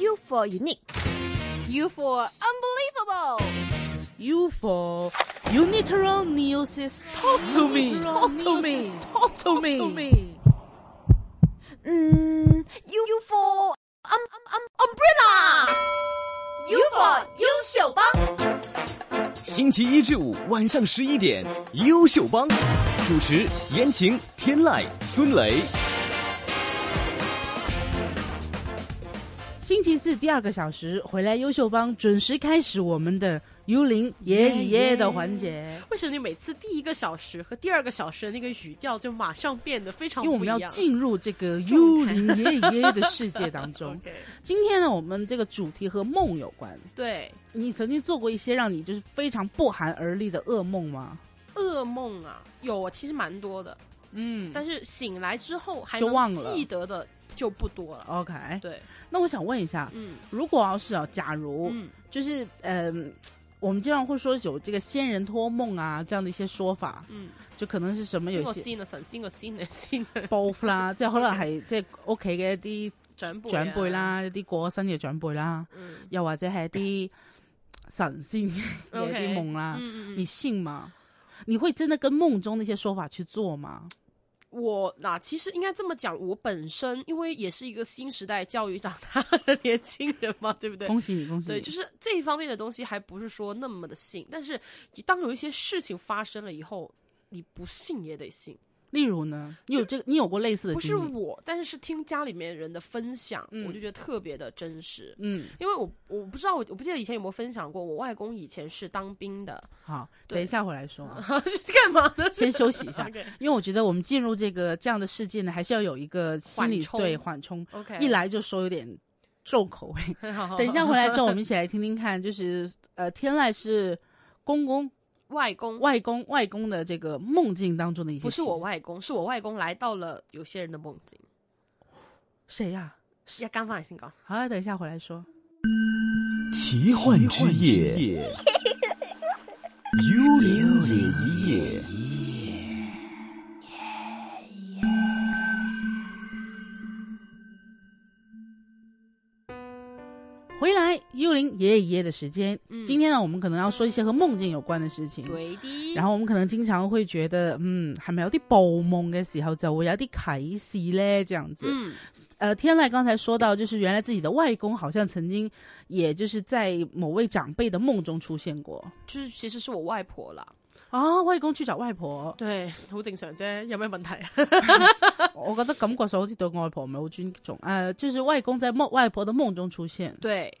U for unique, U for unbelievable, You for unilateral neosis. Toss to me. Toss to me. Toss to me. 嗯，U U Mm, for um um um umbrella, U for 优秀帮。星期一至五晚上十一点，优秀帮主持：言情、天籁、孙雷。星期四第二个小时回来，优秀帮准时开始我们的幽灵爷与耶的环节，为什么你每次第一个小时和第二个小时的那个语调就马上变得非常因为我不们一要样？进入这个幽灵爷与耶的世界当 中。 OK，今天呢，我们这个主题和梦有关。对，你曾经做过一些让你就是非常不寒而栗的噩梦吗？噩梦啊，有啊，其实蛮多的，嗯但是醒来之后还就忘能了记得的就不多了。 OK，对，那我想问一下，嗯如果要是啊，假如、嗯，就是嗯、我们经常会说有这个仙人托梦啊这样的一些说法，嗯，就可能是什么有邊個些先啊，神仙個先啊，先 啊，包袱 啦，即係可能係即係屋企嘅一長啲輩啊長輩，啦，一啲過咗身嘅長輩啦，嗯又或者係一啲神仙嘅 OK，一啲夢啦，嗯嗯你嗯，信嗎？你會真的跟夢中那些说法去做嗎？我嗱，其实应该这么讲，我本身因为也是一个新时代教育长大的年轻人嘛，对不对？恭喜你，恭喜你！对，就是这一方面的东西还不是说那么的信，但是当有一些事情发生了以后，你不信也得信。例如呢，你有这个，你有过类似的不是经历？我，但是是听家里面人的分享，嗯我就觉得特别的真实。嗯，因为我我不知道，我我不记得以前有没有分享过，我外公以前是当兵的， 好，对等一下回来说啊。 是干嘛呢？先休息一下， OK 因为我觉得我们进入这个这样的世界呢，还是要有一个心理缓冲对缓冲。 OK，一来就说有点重口味，好好等一 下回来之后，我们一起来听听看，就是呃，天籁是公公、外公外公、外公的这个梦境当中的一些事。不是我外公，是我外公来到了有些人的梦境。谁呀、要干饭先讲，好好，等一下回来说。奇幻之夜， 幽灵夜。回来，幽灵爷爷爷的时间，嗯今天呢，我们可能要说一些和梦境有关的事情。对的。然後我們可能經常會覺得，嗯，係咪有啲報夢嘅時候就會有啲啟示呢？這樣子，嗯，呃，天籁剛才說到，就是原來自己的外公好像曾经，也就是在某位长輩的夢中出現過就是其实是我外婆啦。，啊，外公去找外婆对，好正常啫，有咩问题啊？我覺得感覺上好似對外婆唔係好尊重，呃，就是外公在夢外婆的夢中出現，对，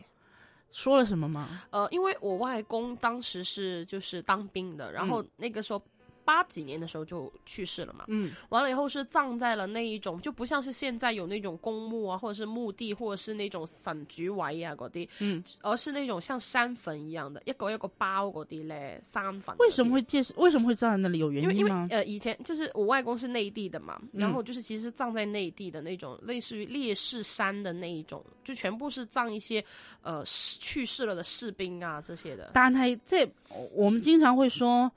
說了什麼嗎？呃，因为我外公当时是就是当兵的，然后那个时候。八几年的时候就去世了嘛，嗯，完了以后是葬在了那一种，就不像是现在有那种公墓啊，或者是墓地，或者是那种神主位啊嗰啲，嗯，而是那种像山坟一样的，一个一个包嗰啲咧，山坟。為什麼會介紹？為什麼會站在那裡？有因原为因因为嗎？呃，以前就是我外公是内地的嘛，嗯然后就是其实葬在内地的那种，类似于烈士山的那一种，就全部是葬一些呃逝去世了的士兵啊这些的。但係即係我我們經常會說，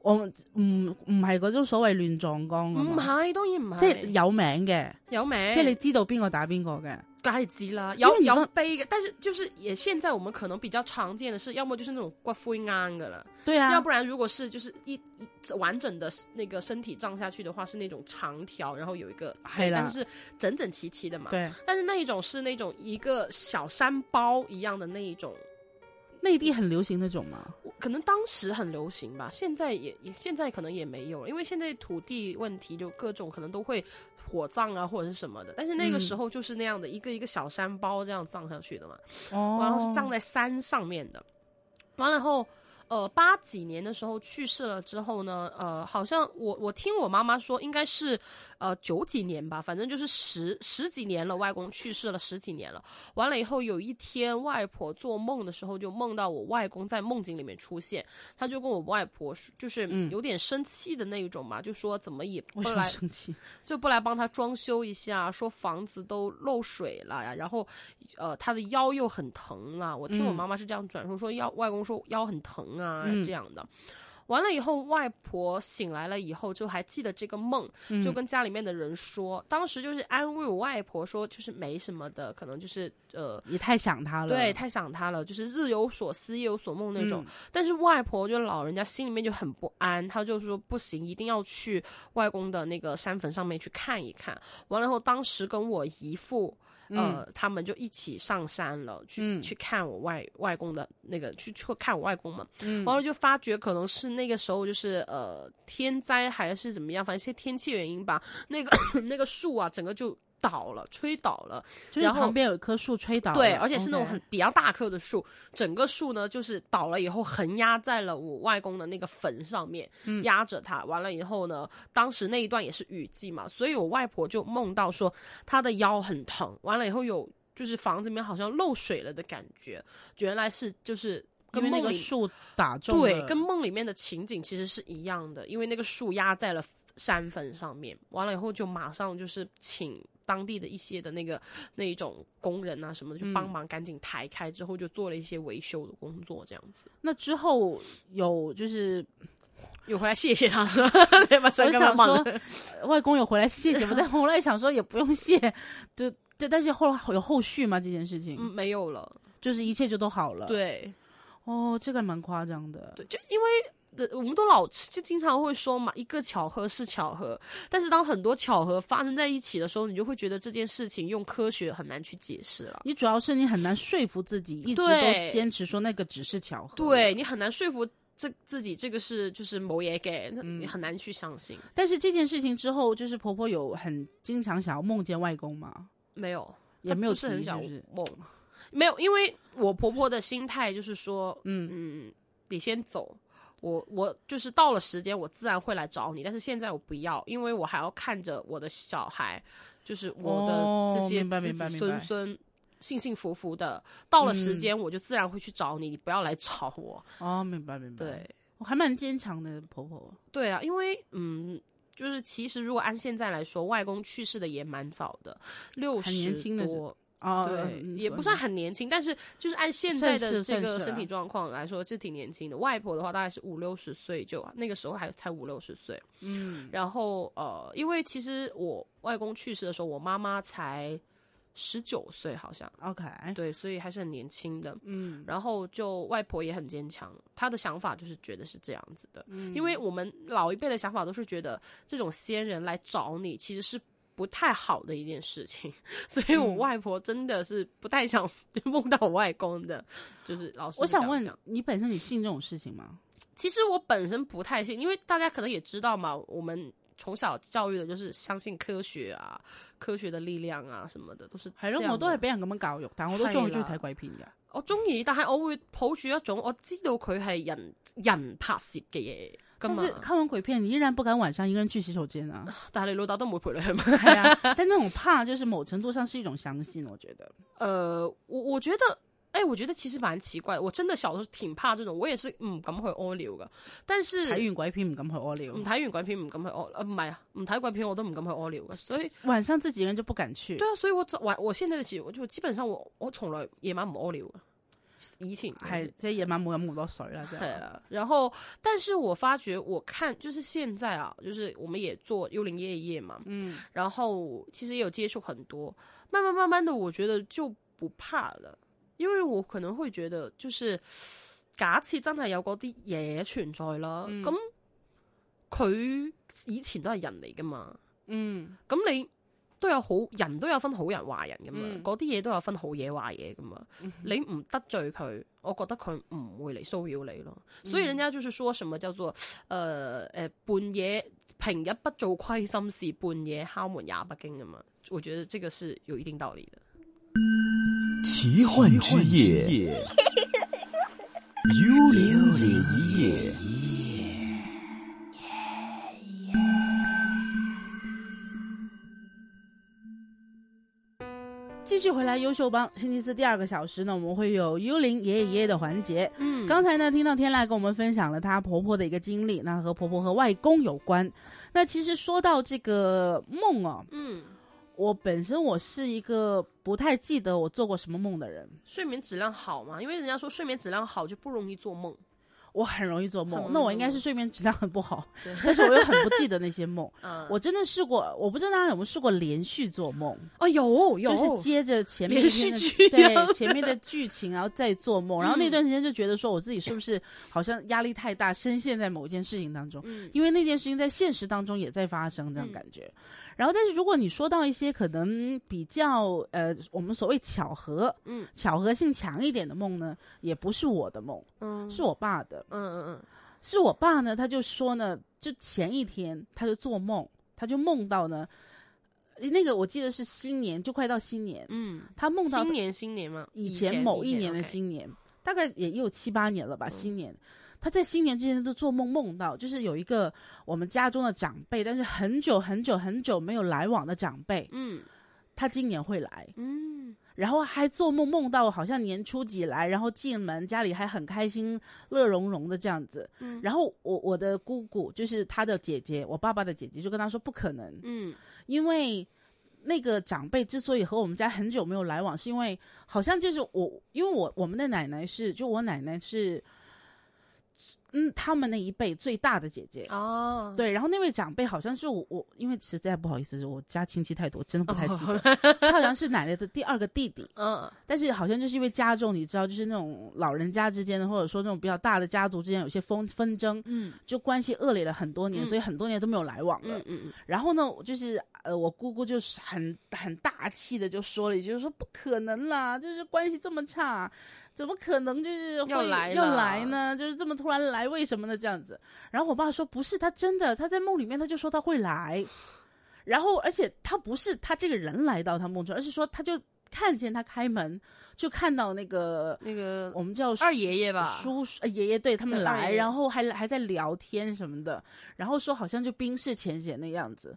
我唔唔係嗰種所謂亂葬崗㗎唔嘛。係，當啊然唔係，即係有名嘅，有名，即係你知道邊個打邊個嘅。梗係知啦，因為有你有剛碑嘅，但是就是也現在我們可能比較常見的是，要麼就是那種骨灰龛的了，對啊，要不然如果是就是一一完整的那个身體葬下去的話，是那種長條，然後有一個係碑，啦但是是整整齊齊的嘛。對但是那一种是那种一个小山包一样的那一种，內地很流行那種嘛。我可能当时很流行吧，现在也也现在可能也没有了，因为现在土地问题就各种可能都会火葬啊或者是什么的，但是那个嗯时候就是那样的、一个一个小山包这样葬上去的嘛，哦然后是葬在山上面的，完了后。呃，八几年的时候去世了之后呢，呃，好像我我听我妈妈说，应该是，呃，九几年吧，反正就是十十几年了，外公去世了十几年了。完了以后，有一天外婆做梦的时候，就梦到我外公在梦境里面出现，她就跟我外婆说，就是嗯有点生气的那一种嘛，就说怎么也不为什么来生气？ 就不来帮他装修一下，说房子都漏水了呀，然后，呃，他的腰又很疼了。我听我嗯妈妈是这样转述，说腰外公说腰很疼啊、嗯这样的。完了以后，外婆醒来了以后，就还记得这个梦，嗯就跟家里面的人说，当时就是安慰我外婆说，就是没什么的，可能就是呃。也太想他了，对，太想她了，就是日有所思，夜有所梦那种。嗯但是外婆就老人家心里面就很不安，她就说不行，一定要去外公的那个山坟上面去看一看。完了后，当时跟我姨父，呃，他们就一起上山了，去、嗯去看我外外公的那个，去去看我外公嘛。嗯完了就发觉可能是那个时候就是呃天灾还是怎么样，反正一些天气原因吧，那个 那个树啊整个就倒了，吹倒了，就是然后旁边有一棵树吹倒了，对，而且是那种 OK 很比较大棵的树，整个树呢就是倒了以后横压在了我外公的那个坟上面，嗯压着他。完了以后呢，当时那一段也是雨季嘛，所以我外婆就梦到说她的腰很疼，完了以后有就是房子里面好像漏水了的感觉，原来是就是。跟因为那梦个里树打中对，了跟梦里面的情景其实是一样的，因为那个树压在了山坟上面，完了以后就马上就是请当地的一些的那个那一种工人啊什么的，就帮忙赶紧抬开，之后就做了一些维修的工作，这样子。那之后有就是有回来谢谢他是 吧？对吧？我干嘛想忙说，呃外公有回来谢谢吗？但后来想说也不用谢，就 对，但是后来有后续吗？这件事情、嗯，没有了。就是一切就都好了。，对，哦，这个还蛮夸张的。对，就因为。呃我们都老就经常会说嘛，一个巧合是巧合，但是当很多巧合发生在一起的时候，你就会觉得这件事情用科学很难去解释了。你主要是你很难说服自己，一直对都坚持说那个只是巧合。对，你很难说服这自己，这个是就是某爷给，那嗯你很难去相信。但是这件事情之后，就是婆婆有很经常想要梦见外公吗？没有，也没有她不是提很是想不是梦，没有，因为我婆婆的心态就是说，嗯，嗯，你先走。我我就是到了时间，我自然会来找你。但是现在我不要，因为我还要看着我的小孩，就是我哦的这些明白子明白子明孙白孙幸幸福福的。到了时嗯间，我就自然会去找你，你不要来找我。哦，明白明白。对，，我还蛮坚强的婆婆。对啊，因为嗯，就是其实如果按现在来说，外公去世的也蛮早的，六十很年轻的时多，哦，对，嗯也不算很年轻，但是就是按现在算的是这算个是身体啊状况来说，是挺年轻的。外婆的话大概是五六十岁就，那个时候还才五六十岁。嗯，然后呃，因为其实我外公去世的时候，我妈妈才十九岁，好像 OK，对，所以还是很年轻的。嗯，然后就外婆也很坚强，她的想法就是觉得是这样子的，嗯因为我们老一辈的想法都是觉得这种先人来找你其实是不太好的一件事情， 所以嗯我外婆真的是不太想 梦到我外公的，就是老师我想问讲，你本身你信这种事情吗？其实我本身不太信，因为大家可能也知道嘛，我们。从小教育的就是相信科学啊，科学的力量啊什么的，都是係咯這，樣我都係的俾人咁樣教育，但我都中意中意睇鬼片㗎。我中意，但係我會抱住一種我知道佢係人人拍攝嘅嘢噶但嘛是。看完鬼片，你依然不敢晚上一个人去洗手间 啊。但係你老豆都唔會陪你去嘛？係啊，但那種怕就是某程度上是一種相信，我覺得。 呃，我我覺得，哎、我覺得其實蠻奇怪，我真的小時候挺怕這種，我也是唔敢去屙尿噶。但是睇完鬼片唔敢哦去屙唔尿，睇完鬼片唔敢去屙，呃唔係啊，唔睇鬼片我都唔敢去屙尿噶。所以晚上自己一個人就不敢去對。啊，所以我就我我現在的習我就基本上我我從來夜晚唔屙尿噶，以前係即係夜晚冇飲咁多水啦，即对係。了，然后，但是我发觉，我看就是现在啊，就是我们也做幽灵夜夜嘛，嗯，然后其实也有接触很多，慢慢慢慢的，我觉得就不怕了，因为我可能会觉得，就是假设真係有嗰啲嘢存在啦，嗯咁佢、以前都係人嚟噶嘛，嗯，咁你都有好人都有分好人壞人噶嘛，嗯嗰啲嘢都有分好嘢壞嘢噶嘛。你唔得罪佢，我覺得佢唔會嚟騷擾你咯。嗯所以人家就是說什麼叫做誒誒、呃呃半夜平日不做虧心事，半夜敲門也不驚噶嘛。我覺得這個是有一定道理的。奇幻之夜，幽灵夜。继续回来优秀帮星期四第二个小时呢，我们会有幽灵爷爷爷爷的环节。嗯刚才呢，听到天籁跟我们分享了她婆婆的一个经历，那和婆婆和外公有关。那其实说到这个梦哦，嗯，我本身我是一个不太记得我做过什么梦的人，睡眠质量好嘛，因為人家說睡眠質量好就不容易做夢。我很容易做梦，很那我应该容易是做睡眠质量很不好，对但是我又很不记得那些 梦。嗯，我真的试过，我不知道大家有没有试过连续做梦，哦有有，就是接着前面一连天续的剧一样嗯对前面的剧情，然后再做梦，然后那段时间就觉得说我自己是不是好像压力太大，深陷在某一件事情当中，嗯因为那件事情在现实当中也在发生这样感觉。嗯然后，但是如果你说到一些可能比较呃我们所谓巧合，嗯巧合性强一点的梦呢，也不是我的梦，嗯是我爸的。嗯嗯是我爸呢，他就说呢，就前一天他就做梦，他就梦到呢，那个我记得是新年，就快到新年，嗯他梦嗯，到新年新年嘛，以前前某一年的，OK 嗯新年，大概也有七八年了吧，新年。他在新年之前都做梦，梦到就是有一个我们家中的长辈，但是很久很久很久没有来往的长辈，嗯他今年会来，嗯然后还做梦梦到好像年初几来，然后进门家里还很开心、乐融融的这样子。嗯然后我我的姑姑就是她的姐姐，我爸爸的姐姐就跟她说不可能，嗯因为那个长辈之所以和我们家很久没有来往，是因为好像就是我，因为我我们的奶奶是就我奶奶是，嗯，他们那一辈最大的姐姐。哦，对，然后那位长辈好像是我，我因为实在不好意思，我家亲戚太多，真的不太记得。哦他好像是奶奶的第二个弟弟，嗯但是好像就是因为家中，你知道，就是那种老人家之间的，或者说那种比较大的家族之间有些纷纷争，嗯就关系恶劣了很多年，嗯所以很多年都没有来往了。嗯嗯然后呢，我就是呃，我姑姑就是很很大气的就说了一句，就说不可能啦，就是关系这么差，怎么可能就是会又来了又来呢？就是这么突然来，为什么呢？这样子。然后我爸说不是，他真的，他在梦里面他就说他会来，然后而且他不是他这个人来到他梦中，而是说他就看见他开门，就看到那个那个我们叫二爷爷吧，叔叔、呃爷爷对他们对二来，爷然后还还在聊天什么的，然后说好像就冰释前嫌那样子，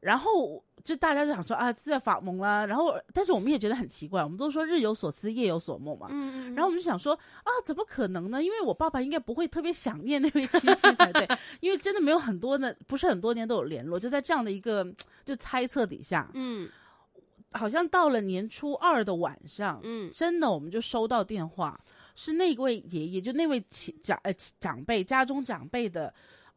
然后就大家就想说啊是在法蒙啦，然后但是我们也觉得很奇怪，我们都说日有所思夜有所梦嘛，嗯嗯，然后我们就想说啊怎么可能呢？因为我爸爸应该不会特别想念那位亲戚才对， 因为真的没有很多的，不是很多年都有联络，就在这样的一个就猜测底下，嗯好像到了年初二的晚上，嗯真的，我们就收到电话，是那位爷爷，就那位亲长呃亲长辈家中长辈的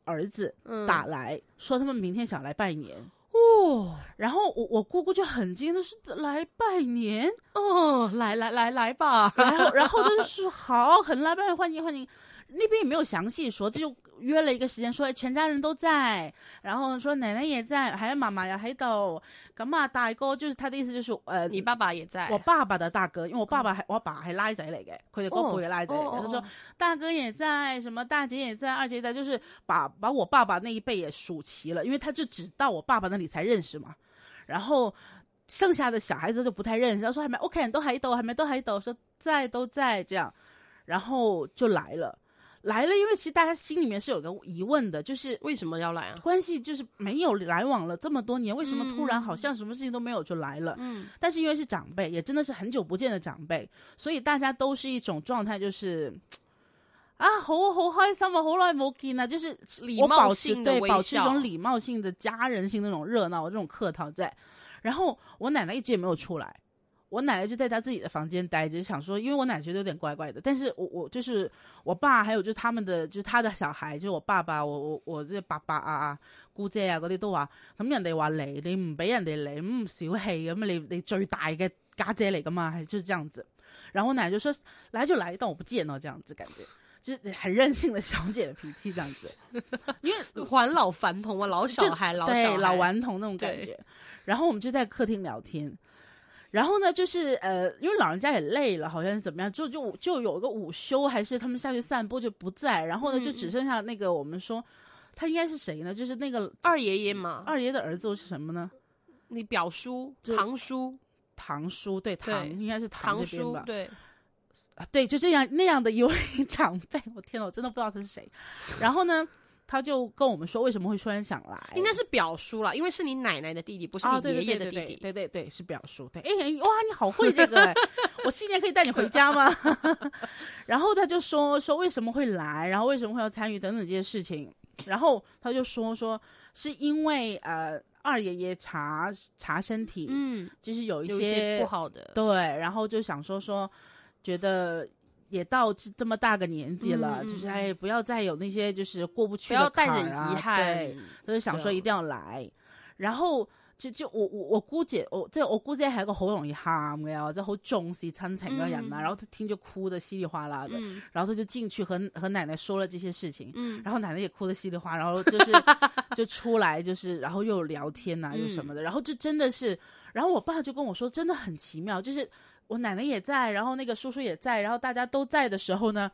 儿子嗯打来、说，他们明天想来拜年。哦然后我我姑姑就很惊讶，说来拜年，哦，来来来来吧，然后然后他就说好，很来拜年，欢迎欢迎。那边也没有详细说，这就约了一个时间，说哎全家人都在，然后说奶奶也在，还有妈妈呀，还有咁啊大哥，就是他的意思就是呃，你爸爸也在，我爸爸的大哥，因為我爸爸係、我阿爸係拉仔嚟嘅，佢哋嗰輩嘅拉仔嚟嘅。哦他哦哦說大哥也在，什么大姐也在，二姐也在，就是把把我爸爸那一辈也数齐了，因为他就只到我爸爸那里才认识嘛。然后剩下的小孩子就不太认识，他说係咪屋企人都喺度，係咪都喺度？说在都在这样，然后就来了，来了，因为其实大家心里面是有个疑问的，就是。为什么要来啊？关系就是没有来往了这么多年，为什么突然嗯好像什么事情都没有就来了？嗯但是因为是长辈，也真的是很久不见的长辈，所以大家都是一种状态，就是啊，好好开心啊，好耐冇见啊，就是礼我貌保持性的对微保持一笑，种 礼貌性的家人性的那种热闹，这种客套在。然后我奶奶一直也没有出来，我奶奶就在她自己的房间待着，就想说，因为我奶奶觉得有点怪怪的，但是我我就是我爸，还有就是他们的就是他的小孩，就是我爸爸，我我我即係伯伯啊、姑姐啊嗰啲都話，咁人哋話嚟，你唔俾人哋嚟，咁小氣咁，你你最大嘅家姐嚟噶嘛，係就是這樣子。然后我奶奶就说来就来，但我不见哦，这样子感觉。就是很任性的小姐的脾气这样子，因为还老还童啊，老小孩，嗯老小对孩，老顽童那种感对觉。然后我们就在客厅聊天，然后呢，就是呃，因为老人家也累了，好像是怎么样，就就就有个午休，还是他们下去散步就不在，然后呢，嗯就只剩下那个我们说。他应该是谁呢？就是那个二爷爷嘛，二爷的儿子是什么呢？你表叔、就堂叔、堂叔，对，对堂应该是堂这边叔吧，？对，啊对，就这样那样的一位 长辈，我天呐，我真的不知道他是谁。然后呢，他就跟我们说为什么会突然想来，应该是表叔啦，因为是你奶奶的弟弟，不是啊，你对爷对爷对对的弟对弟。对对对，是表叔。对，哎哇，你好会这个、哎 我新年可以带你回家吗？ 然后他就说说为什么会来，然后为什么会要参与等等这些事情，然后他就说说是因为呃二爷爷查查身体， 嗯，就是有一有一些些不好的，对，然后就想说说觉得也到这这么大个年纪了，嗯就是嗯嗯哎，不要再有那些就是过不去不的、要啊，带着遗憾对，。就是想啊说一定要来，然後就就我我我姑姐我即係我姑姐係一個好容易喊嘅，或者好重視親情嘅人啦、嗯然後她聽就哭得稀里嘩啦的，嗯然後她就進去和和奶奶說了這些事情，嗯，然後奶奶也哭得稀里嘩，然後就是 就出來就是，然後又聊天呐、又什嗯么的，然後就真的是，然後我爸就跟我說，真的很奇妙，就是我奶奶也在，然後那個叔叔也在，然後大家都在的时候呢，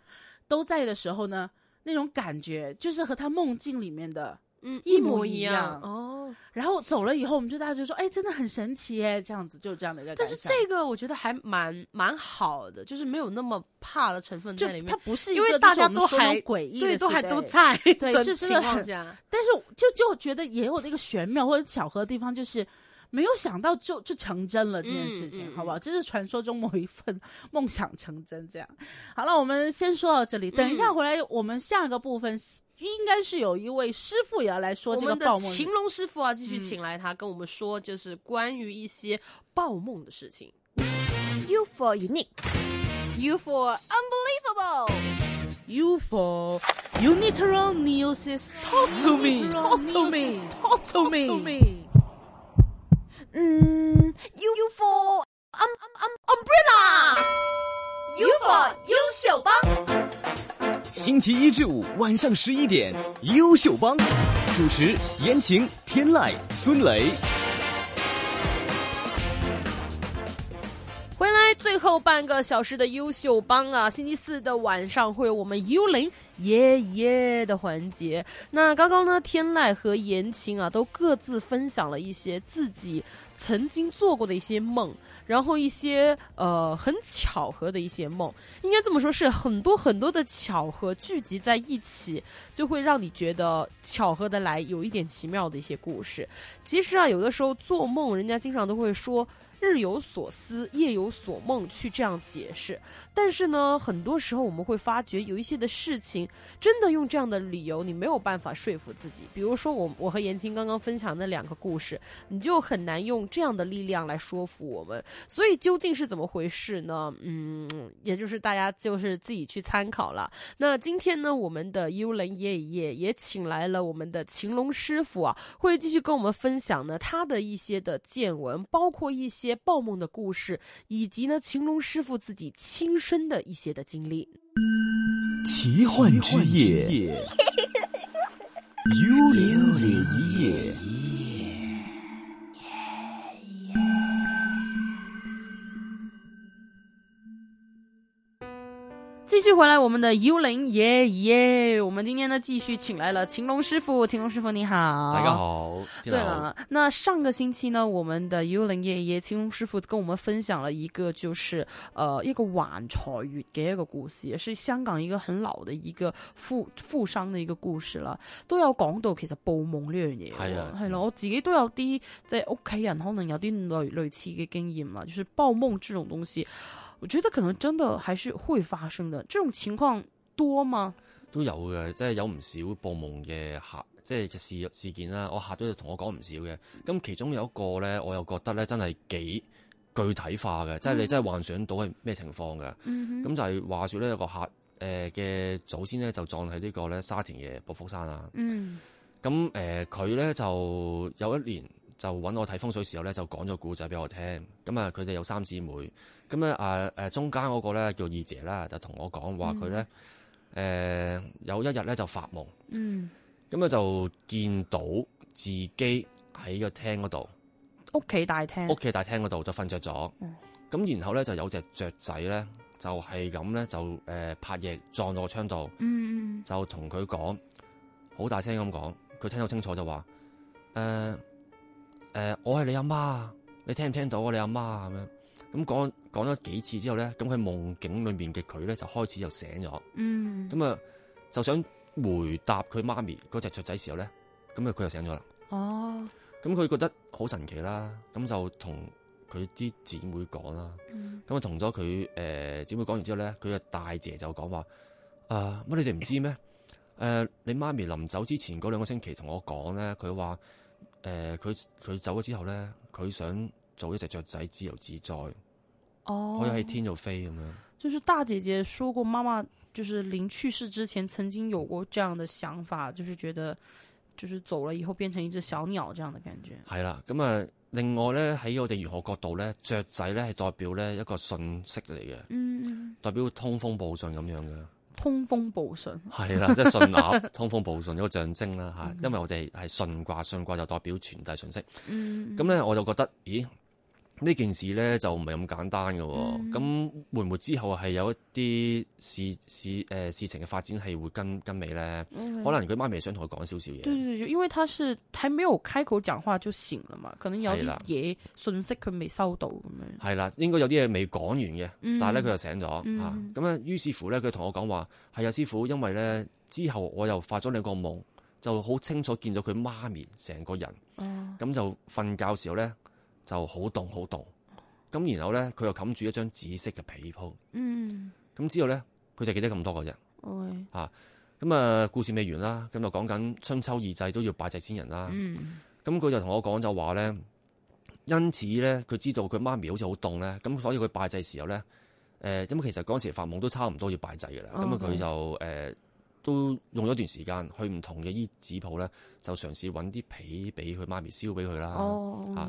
都在的时候呢，那种感觉就是和他夢境里面的。嗯，一一模模一样样哦。然后走了以后，我们就大家就说，哎，真的很神奇哎，这样子就这样的一个但感是想。这个我觉得还蛮蛮好的，就是没有那么怕的成分在里就它面，不是一因为个大就是家我们都说那还种诡异的对，都还事都情， 在对的是真情的况很 下，但是我就就觉得也有那个玄妙或者巧合的地方，就是没有想到就就成真了这件事情，嗯嗯好不好？这是传说中某一份 梦想成真这样。好了，我们先说到这里，等一下嗯回来我们下个部分应该是有一位师傅也要来说我这个们的报梦晴龙师傅啊，继续嗯请来他跟我们说，就是关于一些报梦的事情。 U for unique. U for unbelievable. UFO Unilateral Neosis Toss to me Toss to me Toss to me。 Mm, U, U for um, um, um, umbrella. U for 优秀帮。星期一至五晚上十一点，优秀帮主持：言情、天籁、孙雷。回来最后半个小时的优秀帮啊，星期四的晚上会有我们幽灵耶耶的环节。那刚刚呢，天籁和言情啊，都各自分享了一些自己曾经做过的一些梦。然后一些呃很巧合的一些梦，应该这么说，是很多很多的巧合聚集在一起，就会让你觉得巧合的来有一点奇妙的一些故事。其实啊，有的时候做梦，人家经常都会说日有所思，夜有所梦去这样解释。但是呢，很多时候我们会发觉有一些的事情，真的用这样的理由，你没有办法说服自己。比如说我，我和严青刚刚分享的两个故事，你就很难用这样的力量来说服我们。所以究竟是怎么回事呢？嗯，也就是大家就是自己去参考了。那今天呢，我们的幽灵夜一夜也请来了我们的晴龙师傅啊，会继续跟我们分享呢他的一些的见闻，包括一些报梦的故事，以及呢晴龙师傅自己亲身的一些的经历。奇幻之夜， 幽灵夜。继续回来，我们的幽灵耶耶，我们今天呢继续请来了晴龙师傅，晴龙师傅你好，大家。好，对天朗，了，那上个星期呢，我们的幽灵夜夜青龙师傅跟我们分享了一个，就是呃一个晚财月嘅一个故事，也是香港一个很老的一個富富商嘅一個故事啦。都有講到其實報夢呢樣嘢喎，係啊係咯，我自己都有啲即係屋企人可能有啲類類似嘅經驗啦，就是報夢這種東西，我覺得可能真的還是會發生的。這種情況多嗎？都有嘅，即係有唔少報夢嘅客，即係嘅事事件啦。我客都有同我講唔少嘅，咁其中有一個咧，我又覺得咧真係幾具體化嘅，即係你真係幻想到係咩情況嘅。咁、就係話說咧，有個客誒嘅祖先咧就葬喺呢個咧沙田嘅寶福山啊。嗯咁誒佢咧就有一年就揾我睇風水時候咧，就講咗故仔俾我聽。咁啊，佢哋有三姊妹。咁咧啊誒中間嗰個咧叫二姐啦，就同我講話佢咧誒有一日咧就發夢，嗯，咁啊就見到自己喺個廳嗰度，屋企大廳屋企大廳嗰度就瞓着咗嗯。咁然後咧就有隻雀仔咧就係咁咧就誒、呃拍翼撞到個窗度。嗯嗯就同佢講，好大聲咁講，佢聽到清楚就話：誒、誒、我係你阿媽啊，你聽唔聽到啊？你阿媽啊咁樣。咁講講咗幾次之後咧，咁佢夢境裏面嘅佢咧就開始就醒咗，嗯咁啊就想回答佢媽咪嗰只雀仔時候咧，咁啊佢就醒咗啦。哦咁佢覺得好神奇啦，咁就同佢啲姊妹講啦。咁啊同咗佢誒姊妹講完之後咧，佢嘅大姐就講話：啊乜你哋唔知咩？誒、你媽咪臨走之前嗰兩個星期同我講咧，佢話誒佢佢走咗之後咧，佢想做一隻雀仔自由自在，哦，可以喺天度飛咁樣。就是大姐姐说过，妈妈就是临去世之前曾经有过这样的想法，就是觉得就是走了以后变成一只小鸟这样的感觉。係啦，咁啊，另外咧喺我哋玄學角度咧，雀仔咧係代表咧一個信息嚟嘅，嗯，代表通風報信咁樣嘅。通風報信，係啦，即係信鴨通風報信一個象徵啦吓，因為我哋係信卦，信卦就代表傳遞信息。嗯，咁咧我就覺得，咦呢件事咧就唔係咁簡單嘅喎。咁、會唔會之後係有一啲事事誒、呃事情嘅發展係會跟跟尾咧？可能佢媽咪想同佢講少少嘢。对对对，因为他是还没有开口讲话就醒了嘛，可能有係啲啦嘢信息佢未收到咁樣。係啦，應該有啲嘢未講完嘅，嗯但係咧佢就醒咗嗯嚇。咁咧、啊於是乎咧，佢同我講話係啊，師傅，因為咧之後我又發咗兩個夢，就好清楚見到佢媽咪成個人，哦，咁就瞓覺時候咧就好凍好凍，咁然後咧佢又冚住一張紫色嘅被鋪，嗯，咁之後咧佢就記得咁多個人。喂，咁啊，故事未完啦，咁就講緊春秋二祭都要拜祭先人啦。嗯，咁佢就同我講就話咧，因此咧，佢知道佢媽咪好似好凍咧，咁所以佢拜祭時候咧，誒、咁其實嗰時發夢都差唔多要拜祭嘅啦，咁啊嗯佢就誒、呃都用咗一段時間去唔同嘅衣紙鋪咧，就嘗試揾啲被俾佢媽咪燒俾佢啦，咁、哦，啊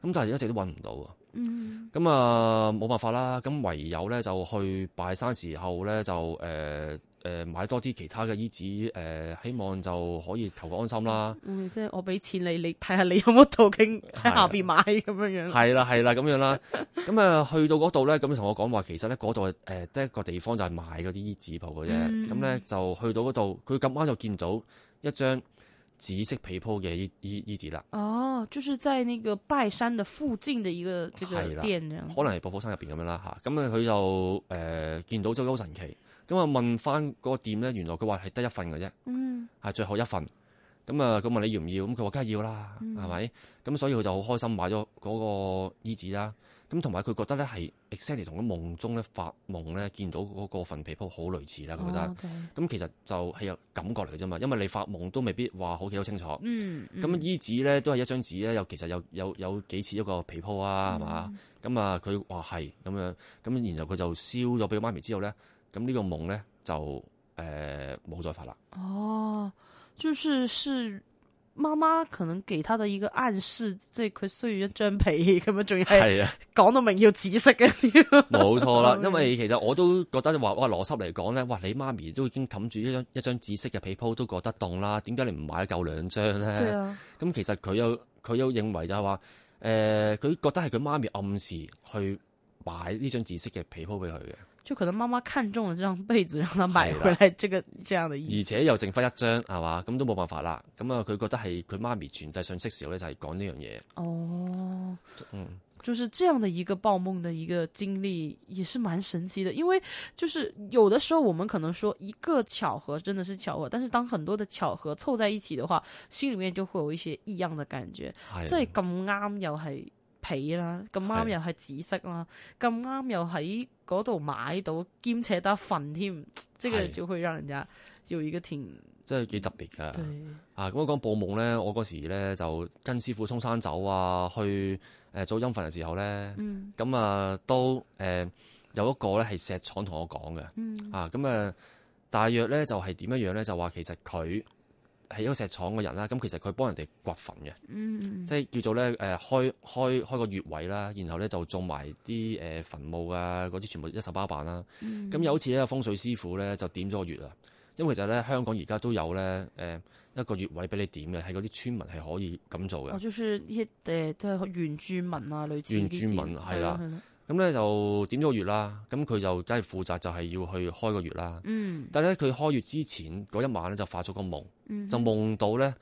OK，但係一直都揾唔到啊，嗯，咁啊冇辦法啦，咁唯有咧就去拜山時候咧就誒誒、呃呃買多啲其他嘅衣紙誒、呃希望就可以求個安心啦。會即係我俾錢你，你睇下你有冇途徑喺下邊買咁樣樣。啊係啦係啦咁樣啦，咁啊去到嗰度咧，咁佢同我講話，其實咧嗰度誒得一個地方就係賣嗰啲衣紙鋪嘅啫，嗯咁咧、就去到嗰度，佢咁啱就見到一張紫色被鋪嘅衣衣衣紙啦，哦，就是在那個拜山的附近的一個這係啦個店這樣。可能係薄火山入邊咁樣啦吓，咁啊佢就誒、呃、見到真係好神奇，咁啊問翻嗰個店咧，原來佢話係得一份嘅啫，嗯，係啊最後一份。咁啊，佢問你要唔要？咁佢話梗係要啦，嗯係咪、咁所以佢就好開心買咗嗰個衣紙啦。咁同埋佢覺得咧係 exactly 同個夢中咧發夢咧見到嗰個份被鋪好類似啦，佢覺得。哦，OK 咁、其實就係有感覺嚟嘅啫嘛，因為你發夢都未必話好記得清楚。嗯，嗯咁衣紙咧都係一張紙咧，有其實有有有幾似一個被鋪嗯啊，係嘛、咁啊，佢話係咁樣，咁然後佢就燒咗俾媽咪之後咧，咁呢個夢咧就誒冇、再發啦。哦，就是是媽媽可能給他的一個暗示，即係佢需要一張被咁樣，仲要係啊。講到明要紫色嘅。，冇錯啦 因為其實我都覺得話，哇邏輯嚟講咧，哇你媽咪都已經冚住一張一張紫色嘅被鋪都覺得凍啦，點解你唔買夠兩張對咧？啊，咁、其實佢有佢有認為就係話，誒、佢覺得係佢媽咪暗示去買呢張紫色嘅被鋪俾佢嘅，就可能媽媽看中了這張被子，讓他買係啦回來，這個這樣的意思。而且又剩翻一張係嘛，咁都冇辦法啦。咁啊，佢覺得係佢媽咪傳遞信息時候咧，就係講呢樣嘢。哦，嗯，就是这样的一个報夢的一个经历，也是蛮神奇的。因为就是有的时候我们可能说一个巧合真的是巧合，但是当很多的巧合凑在一起的话，心里面就会有一些异样的感觉。係啊即係咁啱又係被啦，咁啱係又係紫色啦，咁啱又喺嗰度買到，兼且得份添，這個係就會讓人家有一個挺即係幾特別㗎。對，啊，咁我講報夢咧，我嗰時咧就跟師傅通山走啊，去誒、呃做陰墳嘅時候咧，嗯咁啊都誒、呃有一個咧係石廠同我講嘅，嗯啊咁啊大約咧就係點樣樣咧，就話其實佢係一個石廠嘅人啦，咁其實佢幫人哋掘墳嘅，嗯即係叫做咧誒、呃、開開開個穴位啦，然後咧就種埋啲誒墳墓啊嗰啲全部一手包辦啦。嗯，咁、有一次咧，風水師傅咧就點咗個穴啊，因為其實咧香港而家都有咧誒、呃一個穴位俾你點嘅，係嗰啲村民係可以咁做哦，嘅。就是一誒即係原住民啊，類似呢啲原住民係係啦，嗯咯咁咧就點咗個穴啦，咁佢就梗係負責就係要去開個穴啦。嗯但係咧佢開穴之前嗰一晚咧就發咗個夢，嗯，就夢到咧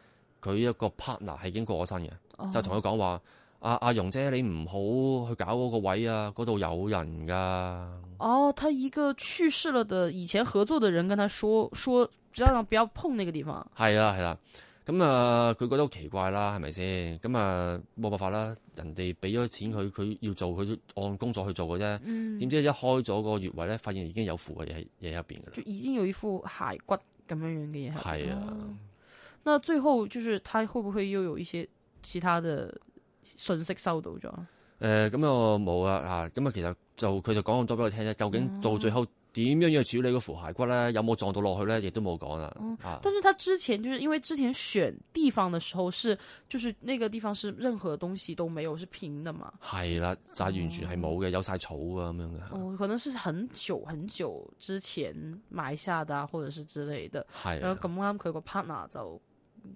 佢一個 partner 係已經過咗身嘅。哦就同佢講話：啊阿阿容姐，你唔好去搞嗰個位啊，嗰度有人噶。哦，他一個去世了的以前合作的人跟他說說，不要讓不要碰那個地方，係啦，係啦。咁啊，佢覺得好奇怪啦，係咪先？咁啊，冇辦法啦，人哋俾咗錢佢，佢要做，佢都按工作去做嘅啫。嗯，點知一開咗個穴位咧，發現已經有符嘅嘢喺嘢喺入邊噶就啦。已經有一副骸骨咁樣樣嘅嘢喺度係啊，那最後就是他會不會又有一些其他的信息收到咗？誒呃咁又冇啦嚇，咁啊其實就佢就講咁多俾我聽啫，究竟到最後點樣樣去處理個扶骸骨咧，有冇撞到落去咧，亦嗯都冇講啦啊嚇。但是他之前就是因为之前选地方的时候是，就是那个地方是任何东西都没有，是平的嘛。係啦，就係完全係冇嘅，有晒草啊咁樣嘅，哦，可能是很久很久之前埋下的啊，或者是之类的。係然啊後咁啱佢個 partner 就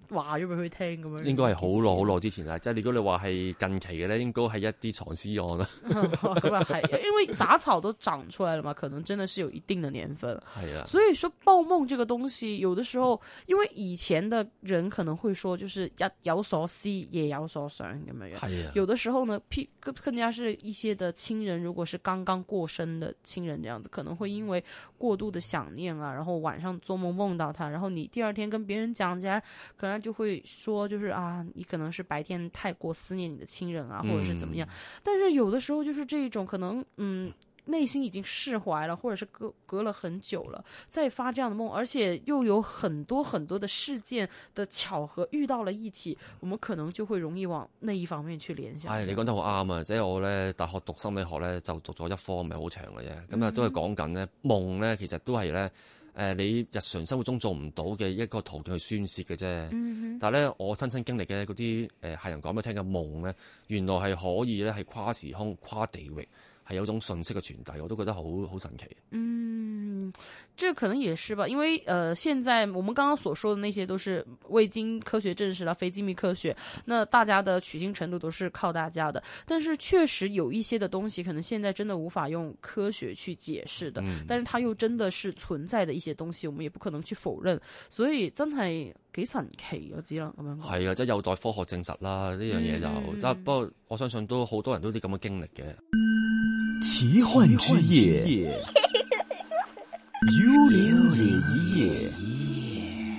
話咗俾佢聽咁樣。應該係好耐好耐之前啦。即係如果你話係近期嘅咧，應該係一啲藏屍案啦，好耐。 咁啊係，因為雜草都長出來了嘛，可能真的是有一定的年份。係啊，所以说报梦这个东西，有的时候因为以前的人可能会说，就是日有所思，夜有所想咁樣樣。係啊，有的时候呢，譬更更加是一些的亲人，如果是刚刚过身的亲人这样子，可能会因为过度的想念啊，然后晚上做梦梦到他，然后你第二天跟别人讲起来，可能就会说就是啊，你可能是白天太过思念你的亲人啊，或者是怎么样。但是有的时候就是这种可能，嗯。内心已经释怀了，或者是隔隔了很久了，再发这样的梦，而且又有很多很多的事件的巧合遇到了一起，我们可能就会容易往那一方面去联想。係你講得好啱啊！即係我咧大學讀心理學咧，就讀咗一科唔係好長嘅啫。咁啊，都係講緊咧夢咧，其實都係咧誒你日常生活中做唔到嘅一個途徑去宣泄嘅啫。但係咧，我親身經歷嘅嗰啲誒客人講俾我聽嘅夢咧，原來係可以咧係跨時空、跨地域，係有種信息嘅傳遞，我都覺得好好神奇。嗯，这可能也是吧，因为呃，现在我们刚刚所说的那些都是未经科学证实了，非精密科学，那大家的取经程度都是靠大家的。但是确实有一些的东西，可能现在真的无法用科学去解释的，但是它又真的是存在的一些东西，我们也不可能去否认。所以真係幾神奇，我只能咁樣講。係啊，即係有待科學證實啦，呢樣嘢嗯就，但不過我相信都好多人都有啲咁嘅經歷嘅。奇幻之夜，幽灵夜。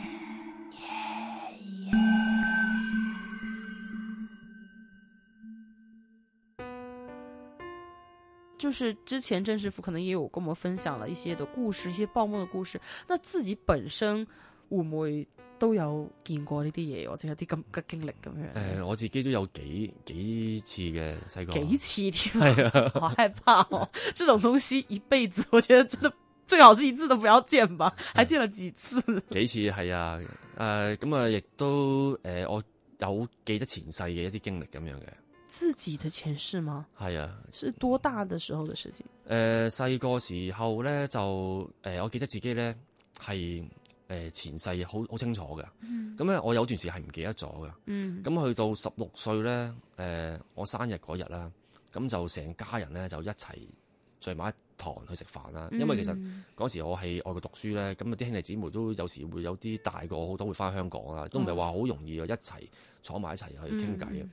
就是之前郑师傅可能也有跟我们分享了一些的故事，一些报幕的故事。那自己本身會唔會都有見過呢啲嘢，或者有啲咁嘅經歷咁樣？誒、我自己都有幾幾次嘅細個。幾次添哎啊， 好害怕哦！這種東西一輩子，我覺得真的最好是一次都不要見吧，哎還見了幾次。 幾次係啊，誒咁啊，亦都誒、呃我有記得前世嘅一啲經歷咁樣嘅，自己的前世嗎？係啊，是多大的時候的事情？誒呃細個時候咧就誒、呃我記得自己咧係誒前世好好清楚嘅，咁咧、我有段時係唔記得咗嘅，嗯咁去到十六歲咧，誒、我生日嗰日啦，咁就成家人咧就一齊聚埋一堂去食飯啦，因為其實。嗰時我喺外國讀書咧，咁啊啲兄弟姊妹都有時會有啲大個好多會翻香港啦，都唔係話好容易啊，一齊坐埋一齊去傾偈啊。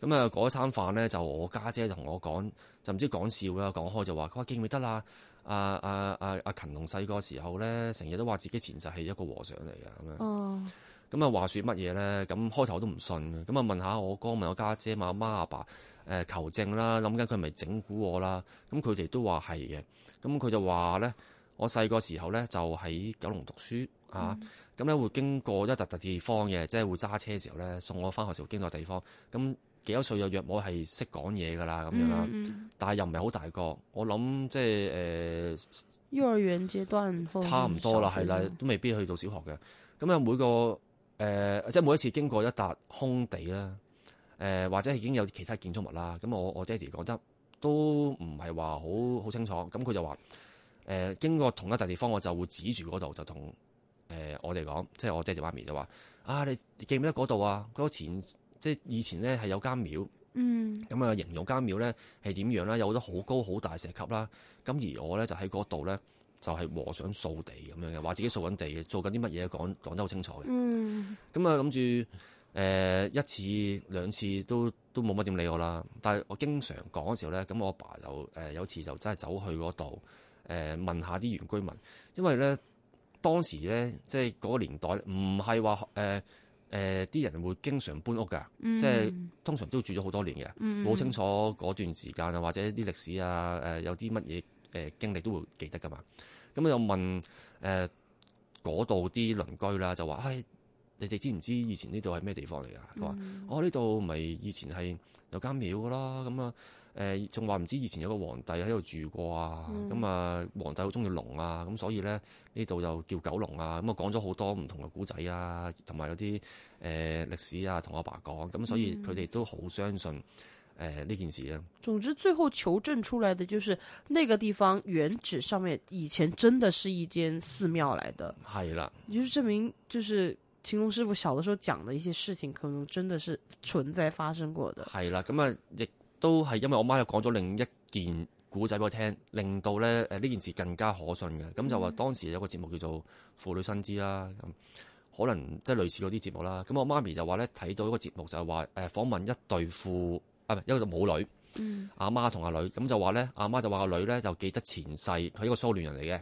咁啊嗰餐飯咧就我家姐同我講，就唔知講笑啦，講開就話佢話記唔記得啦？啊啊啊啊勤龍細個時候咧，成日都話自己前世係一個和尚嚟嘅咁樣。哦，咁啊話說乜嘢咧？咁開頭我都唔信嘅，咁啊問下我哥，問我家姐，問阿媽阿爸，誒、求證啦，諗緊佢係咪整蠱我啦？咁佢哋都話係嘅，咁佢就話咧，我細個時候咧就喺九龍讀書啊，咁咧、會經過一笪笪地方嘅，即係會揸車嘅時候咧，送我翻學時候經過地方，咁幾多歲就約我係識講嘢噶啦咁樣嗯啦，但係又唔係好大個，我諗即係誒。呃幼兒園階段或者是差唔多啦，小係學啦生，都未必去到小學嘅。咁啊，每個誒、呃即係每一次經過一笪空地啦，誒、或者已經有其他建築物啦。咁我我爹哋講得都唔係話好好清楚，咁佢就話誒、呃、經過同一笪地方，我就會指住嗰度就同誒、呃我哋講，即係我爹哋媽咪就話：啊，你記唔記得嗰度啊？嗰前即係以前咧係有間廟。嗯咁啊，形容間廟咧係點樣啦？有好多好高好大石級啦。咁而我咧就喺嗰度咧，就係、和尚掃地咁樣嘅，話自己掃緊地嘅，做緊啲乜嘢講講得好清楚嘅。嗯咁啊，諗住誒一次兩次都都冇乜點理我啦。但係我經常講嘅時候咧，咁我阿爸就誒、呃有次就真係走去嗰度誒問下啲原居民，因為咧當時咧即係嗰個年代唔係話誒誒啲人會經常搬屋㗎，即係通常都住咗好多年嘅，冇、清楚嗰段時間啊，或者啲歷史啊誒、呃有啲乜嘢誒經歷都會記得㗎嘛。咁又問誒嗰度啲鄰居啦，就話唉。你哋知唔知以哦前呢度係咩地方嚟㗎？佢話：我呢度咪以前係有間廟㗎啦，咁啊誒誒仲話唔知以前有個皇帝喺度住過啊，咁啊、皇帝好中意龍啊，咁所以咧呢度就叫九龍啊，咁啊講咗好多唔同嘅古仔啊，同埋有啲誒、呃、歷史啊，同我爸講，咁所以佢哋都好相信誒呢、件事啊。总之，最后求证出来的就是那个地方原址上面以前真的是一间寺庙来的，係啦，也就是证明就是乾隆师傅小的时候讲的一些事情，可能真的是存在发生过的。係啦，咁啊，亦都係因為我媽又講咗另一件古仔俾我聽，令到咧誒呢件事更加可信嘅。咁就話當時有個節目叫做《婦女新知》啦，咁可能即係類似嗰啲節目啦。咁我媽咪就話咧睇到一個節目就係話誒訪問一對父啊，唔係一對母女。阿媽同阿女，咁就話咧，阿媽就話個女咧就記得前世，佢一個蘇聯人嚟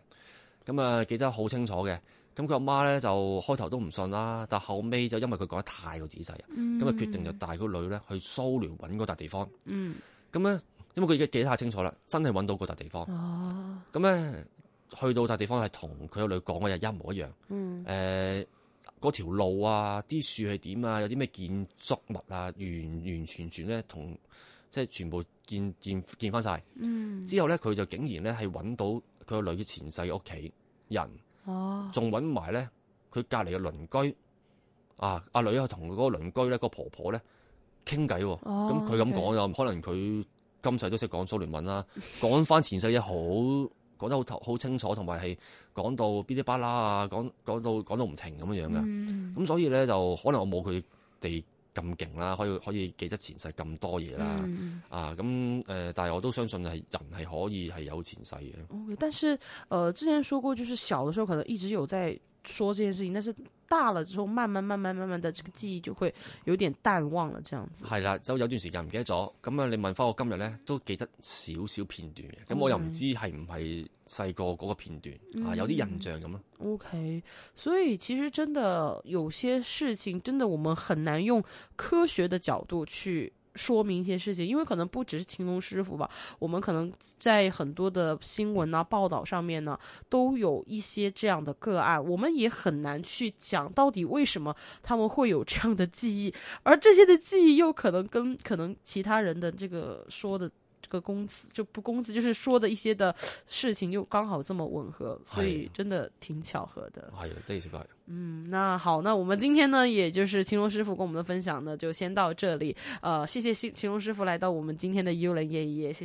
嘅，咁啊記得好清楚嘅。咁佢阿媽咧就開頭都唔信啦，但後尾就因為佢講得太過仔細啊，咁啊決定就帶個女咧去蘇聯揾嗰笪地方。嗯，咁咧因為佢已經記得太清楚啦，真係揾到嗰笪地方。哦，咁咧去到笪地方係同佢個女講嘅嘢一模一樣。嗯，誒嗰條路啊，啲樹係點啊，有啲咩建築物啊，完完全全咧同即係全部見見見翻晒。嗯，之後咧佢就竟然咧係揾到佢個女嘅前世嘅屋企人。哦，仲揾埋咧佢隔離嘅鄰居啊，阿女啊同嗰個鄰居咧、個婆婆咧傾偈喎，咁佢咁講就可能佢今世都識講蘇聯文啦，講翻前世嘢好講得好頭好清楚，同埋係講到噼哩啪啦啊，講講到講到唔停咁樣樣嘅，咁、所以咧就可能我冇佢哋。咁勁啦，可以可以記得前世咁多嘢啦，嗯啊咁誒、呃但係我都相信係人係可以係有前世嘅。嗯 OK，但是呃，之前说过，就是小的时候可能一直有在说这件事情，但是大了之后，慢慢慢慢慢慢的这个记忆就会有点淡忘了，这样子。係啦，就有段時間唔記得咗，咁啊你問翻我今日咧都記得少少片段嘅，咁我又唔知係唔係細個嗰個片段啊，有啲印象咁咯。 OK，所以其实真的有些事情，真的我们很难用科学的角度去说明一些事情，因为可能不只是晴空师傅吧，我们可能在很多的新闻啊、报道上面呢，都有一些这样的个案，我们也很难去讲到底为什么他们会有这样的记忆，而这些的记忆又可能跟可能其他人的这个说的。这个公司就不公司，就是说的一些的事情又刚好这么吻合，所以哎真的挺巧合的。係啊的而且確係。嗯，那好，那我们今天呢，也就是青龙师傅跟我们的分享呢，就先到这里。呃，谢谢青青龙师傅来到我们今天的幽灵夜一夜，谢谢。